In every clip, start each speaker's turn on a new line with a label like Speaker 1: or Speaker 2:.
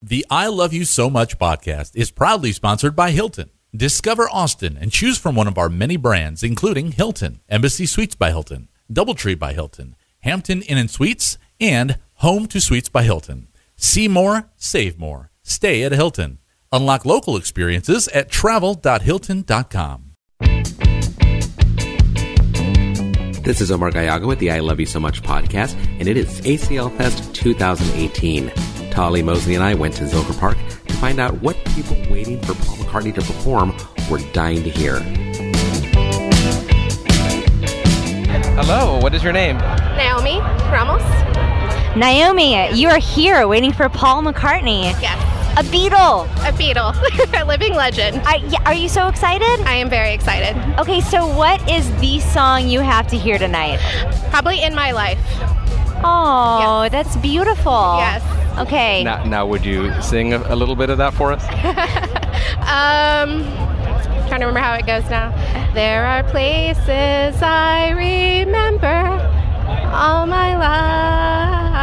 Speaker 1: The I Love You So Much podcast is proudly sponsored by Hilton. Discover Austin and choose from one of our many brands, including Hilton, Embassy Suites by Hilton, Doubletree by Hilton, Hampton Inn and Suites, and Home to Suites by Hilton. See more, save more. Stay at a Hilton. Unlock local experiences at travel.hilton.com.
Speaker 2: This is Omar Gallago with the I Love You So Much podcast, and it is ACL Fest 2018. Tolly Mosley and I went to Zilker Park to find out what people waiting for Paul McCartney to perform were dying to hear.
Speaker 3: Hello, what is your name?
Speaker 4: Naomi Ramos.
Speaker 5: Naomi, you are here waiting for Paul McCartney,
Speaker 4: Yes,
Speaker 5: a Beatle.
Speaker 4: a Beatle, a living legend.
Speaker 5: Are, yeah, are you so excited?
Speaker 4: I am very excited.
Speaker 5: Okay, so what is the song you have to hear tonight?
Speaker 4: Probably in my life.
Speaker 5: Oh, that's beautiful.
Speaker 4: Yes.
Speaker 5: Okay.
Speaker 3: Now, now would you sing a, a little bit of that for us?
Speaker 4: Um, trying to remember how it goes now. There are places I remember all my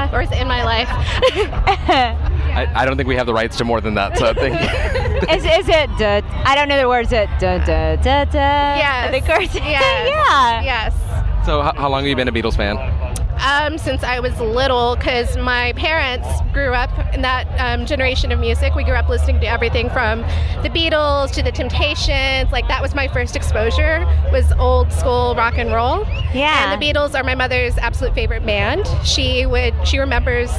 Speaker 4: life, or is it in my life?
Speaker 3: I, I don't think we have the rights to more than that, so thank you.
Speaker 5: Is, is it? Da, I don't know the words. It. Da, da, da, da,
Speaker 4: Yes.
Speaker 5: The chorus.
Speaker 4: Yes.
Speaker 5: yeah.
Speaker 4: Yes.
Speaker 3: So, how, how long have you been a Beatles fan?
Speaker 4: Um, since I was little, because my parents grew up in that um, generation of music. We grew up listening to everything from the Beatles to the Temptations. Like that was my first exposure was old school rock and roll.
Speaker 5: Yeah.
Speaker 4: And the Beatles are my mother's absolute favorite band. She would she remembers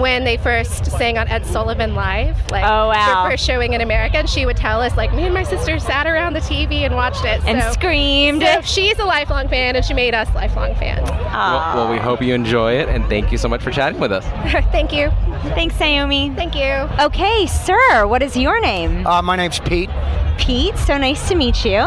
Speaker 4: when they first sang on Ed Sullivan Live, like
Speaker 5: Oh, wow.
Speaker 4: their first showing in America, and she would tell us like me and my sister sat around the TV and watched it.
Speaker 5: And
Speaker 4: so,
Speaker 5: screamed.
Speaker 4: so she's a lifelong fan, and she made us lifelong fans.
Speaker 3: Well, well, we hope you enjoy it, and thank you so much for chatting with us.
Speaker 4: Thank you.
Speaker 5: Thanks, Naomi.
Speaker 4: Thank you.
Speaker 5: Okay, sir, what is your name?
Speaker 6: Uh, my name's Pete.
Speaker 5: Pete. So nice to meet you.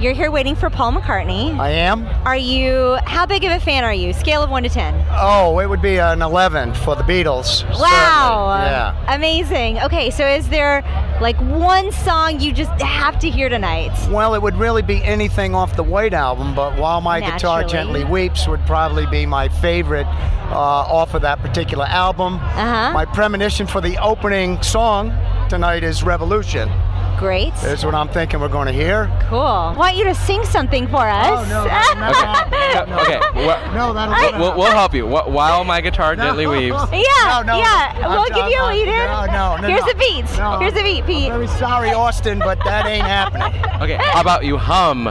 Speaker 5: You're here waiting for Paul McCartney.
Speaker 6: I am.
Speaker 5: Are you? How big of a fan are you? Scale of one to ten.
Speaker 6: Oh, it would be an 11 for the Beatles.
Speaker 5: Wow.
Speaker 6: certainly. Yeah.
Speaker 5: Amazing. Okay, so is there like one song you just have to hear tonight?
Speaker 6: Well, it would really be anything off the White Album, but While My Guitar
Speaker 5: Naturally.
Speaker 6: Gently Weeps would probably be my favorite uh, off of that particular album.
Speaker 5: Uh-huh.
Speaker 6: My premonition for the opening song tonight is Revolution.
Speaker 5: Great.
Speaker 6: Is what I'm thinking we're going to hear.
Speaker 5: Cool. I want you to sing something for us.
Speaker 6: Oh, no, that's not-
Speaker 3: Uh, okay, wha-
Speaker 6: No, that'll
Speaker 3: we'll, we'll help you. Wha- While my guitar gently weaves.
Speaker 5: Yeah,
Speaker 6: No, no,
Speaker 5: yeah.
Speaker 6: I'm-
Speaker 5: we'll give
Speaker 6: I'm-
Speaker 5: you a
Speaker 6: I'm-
Speaker 5: lead in.
Speaker 6: no, no, no,
Speaker 5: Here's
Speaker 6: no.
Speaker 5: the beat.
Speaker 6: No.
Speaker 5: Here's the beat, Pete.
Speaker 6: Very sorry, Austin, but that ain't happening.
Speaker 3: Okay, how about you hum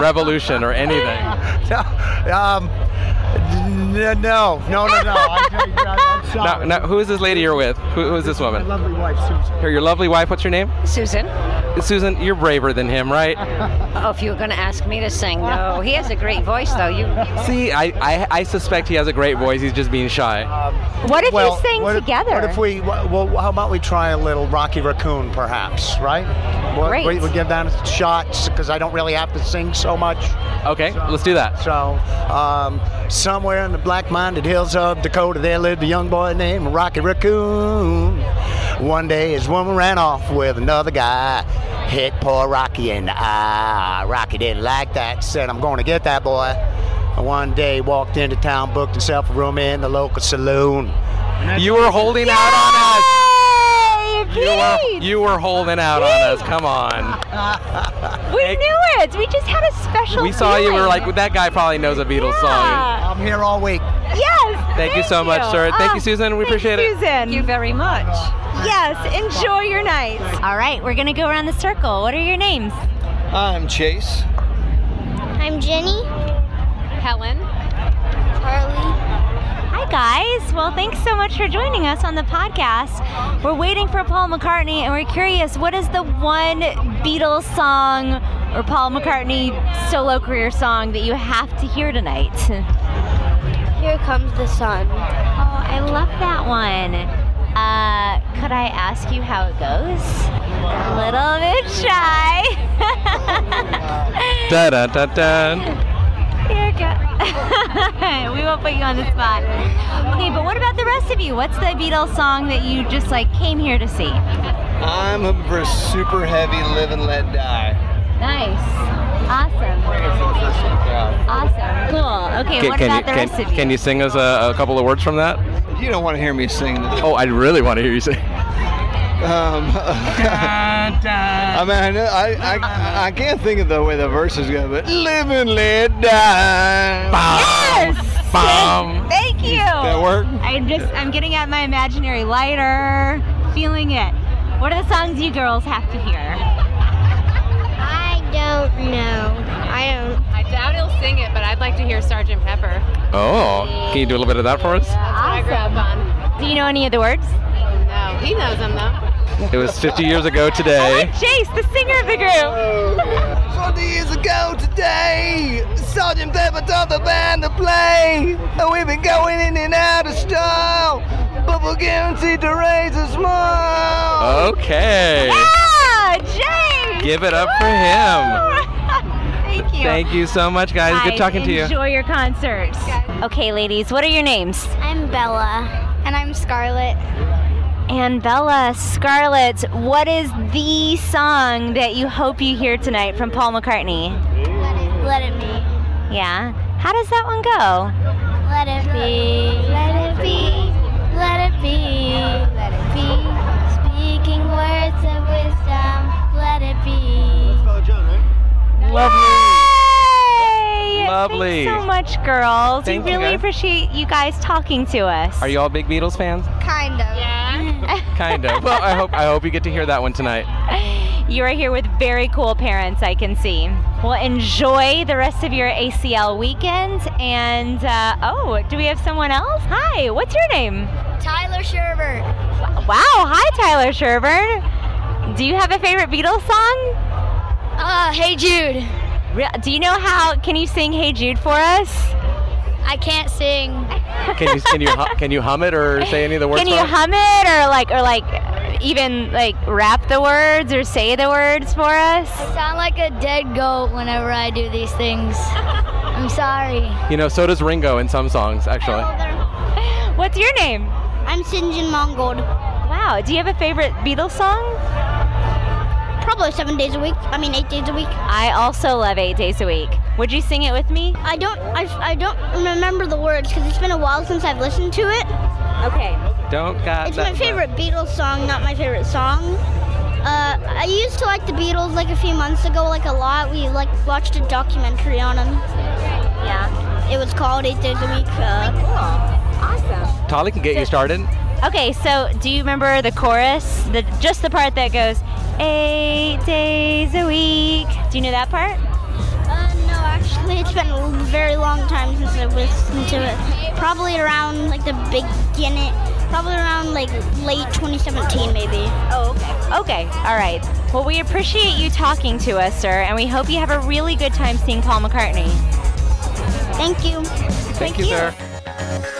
Speaker 3: Revolution or anything?
Speaker 6: No, um, n- n- no, no, no, no. I, I, I'm
Speaker 3: Now,
Speaker 6: sorry.
Speaker 3: now, who is this lady you're with? Who, who is this
Speaker 6: My
Speaker 3: woman?
Speaker 6: lovely wife, Susan.
Speaker 3: Your lovely wife, what's your name?
Speaker 7: Susan.
Speaker 3: Susan, you're braver than him, right?
Speaker 7: Oh, if you were going to ask me to sing, no. He has a great voice, though. You.
Speaker 3: See, I, I, I suspect he has a great voice. He's just being shy.
Speaker 5: what if
Speaker 6: Um, well,
Speaker 5: you sing
Speaker 6: what if-
Speaker 5: together?
Speaker 6: What if we? wha- Well, how about we try a little Rocky Raccoon, perhaps? Right? We'll,
Speaker 5: Great.
Speaker 6: We, we'll give that a shot because I don't really have to sing so much.
Speaker 3: Okay, let's do that.
Speaker 6: So, um, somewhere in the black-minded hills of Dakota, there lived a young boy named Rocky Raccoon. One day, his woman ran off with another guy. Hit poor Rocky in the eye. Rocky didn't like that. Said, "I'm going to get that boy." And One day, walked into town, booked himself a room in the local saloon.
Speaker 3: You were holding out on us.
Speaker 5: Hey,
Speaker 3: You were,
Speaker 5: Pete!
Speaker 3: you were holding out on us. Come on.
Speaker 5: we knew it. We just had a special.
Speaker 3: We saw you. We were
Speaker 5: feeling.
Speaker 3: like, that guy probably knows a Beatles song.
Speaker 5: Yeah.
Speaker 6: I'm here all week.
Speaker 5: Yes.
Speaker 3: Thank you so much, sir. Thank you,
Speaker 5: Ah,
Speaker 3: Susan. We
Speaker 5: thanks,
Speaker 3: appreciate it.
Speaker 5: Susan.
Speaker 7: very much.
Speaker 5: Yes. Enjoy your night. All right, we're gonna go around the circle. What are your names?
Speaker 8: I'm Chase.
Speaker 9: I'm Jenny.
Speaker 5: Helen.
Speaker 9: Carly.
Speaker 5: Hi guys. Well, thanks so much for joining us on the podcast. We're waiting for Paul McCartney, and we're curious what is the one Beatles song or Paul McCartney solo career song that you have to hear tonight?
Speaker 9: Here comes the sun.
Speaker 5: Oh, I love that one. Uh, could I ask you how it goes? A little bit shy.
Speaker 3: Da da da da.
Speaker 5: Here, go. we won't put you on the spot. Okay, but what about the rest of you? What's the Beatles song that you just like came here to see?
Speaker 8: I'm hoping for a super heavy live and let die.
Speaker 5: Nice. Awesome. Awesome. Cool. Okay,
Speaker 3: Can,
Speaker 5: what
Speaker 3: can
Speaker 5: about
Speaker 3: you,
Speaker 5: the
Speaker 3: can,
Speaker 5: rest of you?
Speaker 3: can you sing us a, a couple of words from that?
Speaker 8: You don't want to hear me sing this.
Speaker 3: Oh, I really want to hear you sing.
Speaker 10: Um, I mean, I, know, I, I, I can't think of the way the verse is going, but live and let die.
Speaker 5: Yes!
Speaker 10: Bum.
Speaker 5: Thank you.
Speaker 10: That work?
Speaker 5: I'm just I'm getting out my imaginary lighter, feeling it. What are the songs you girls have to hear?
Speaker 9: I don't know. I don't.
Speaker 4: I doubt he'll sing it, but I'd like to hear Sergeant Pepper.
Speaker 3: Oh, can you do a little bit of that for us?
Speaker 4: That's what I grew up on.
Speaker 5: Do you know any of the words?
Speaker 4: No, he knows them though.
Speaker 3: It was 50 years ago today.
Speaker 5: Oh, Jace, the singer of the group.
Speaker 10: 40 years ago today, Sergeant Pepper taught the band to play. And we've been going in and out of style, but we're guaranteed to raise a smile. Ah!
Speaker 3: Okay.
Speaker 5: Yeah, Ah, Jace.
Speaker 3: Give it up for him.
Speaker 5: Thank you.
Speaker 3: Thank you so much, guys. Good
Speaker 5: Guys,
Speaker 3: talking to you.
Speaker 5: Enjoy your concerts. Okay, ladies, what are your names?
Speaker 9: I'm Bella. And I'm Scarlett.
Speaker 5: And Bella Scarlett, what is the song that you hope you hear tonight from Paul McCartney?
Speaker 9: Let it, let it be.
Speaker 5: Yeah. How does that one go?
Speaker 9: Let it be. Let it be. Let it be. Let it be. Speaking words of wisdom. Let it be.
Speaker 3: Lovely.
Speaker 5: Yay!
Speaker 3: Lovely.
Speaker 5: Thanks so much, girls.
Speaker 3: Thank
Speaker 5: we
Speaker 3: you,
Speaker 5: really
Speaker 3: guys.
Speaker 5: appreciate you guys talking to us.
Speaker 3: Are you all big Beatles fans?
Speaker 9: Kind of.
Speaker 3: Kind of. Well, I hope I hope you get to hear that one tonight.
Speaker 5: You are here with very cool parents, I can see. Well, enjoy the rest of your ACL weekend. And uh, oh, do we have someone else? Hi, what's your name?
Speaker 9: Tyler Sherbert.
Speaker 5: Wow, hi, Tyler Sherbert. Do you have a favorite Beatles song?
Speaker 9: Uh, hey Jude.
Speaker 5: Re- Do you know how? Can you sing Hey Jude for us?
Speaker 9: I can't sing.
Speaker 3: Can you can you hu- can you hum it or say any of the words?
Speaker 5: Can you
Speaker 3: for us?
Speaker 5: hum it or like or like even like rap the words or say the words for us?
Speaker 9: I sound like a dead goat whenever I do these things. I'm sorry.
Speaker 3: You know, so does Ringo in some songs, actually.
Speaker 5: What's your name?
Speaker 9: I'm Sinjin Mongold.
Speaker 5: Wow, do you have a favorite Beatles song?
Speaker 9: Probably seven days a week. I mean, eight days a week.
Speaker 5: I also love Eight Days a Week. Would you sing it with me?
Speaker 9: I don't. I, I don't remember the words because it's been a while since I've listened to it.
Speaker 5: Okay.
Speaker 3: Don't got
Speaker 9: It's
Speaker 3: that-
Speaker 9: my favorite Beatles song, not my favorite song. Uh, I used to like the Beatles like a few months ago, like a lot. We like watched a documentary on them.
Speaker 5: Yeah.
Speaker 9: It was called Eight Days a Week. Uh,
Speaker 5: Awesome.
Speaker 3: Tolly can get you started.
Speaker 5: Okay, so do you remember the chorus? The just the part that goes eight days a week. Do you know that part?
Speaker 9: uh, no, actually, it's been a very long time since I've listened to it. Probably around like the beginning. Probably around like late 2017, maybe.
Speaker 5: Oh, okay. Okay, all right. Well, we appreciate you talking to us, sir, and we hope you have a really good time seeing Paul McCartney.
Speaker 9: Thank you.
Speaker 3: Thank, you, sir.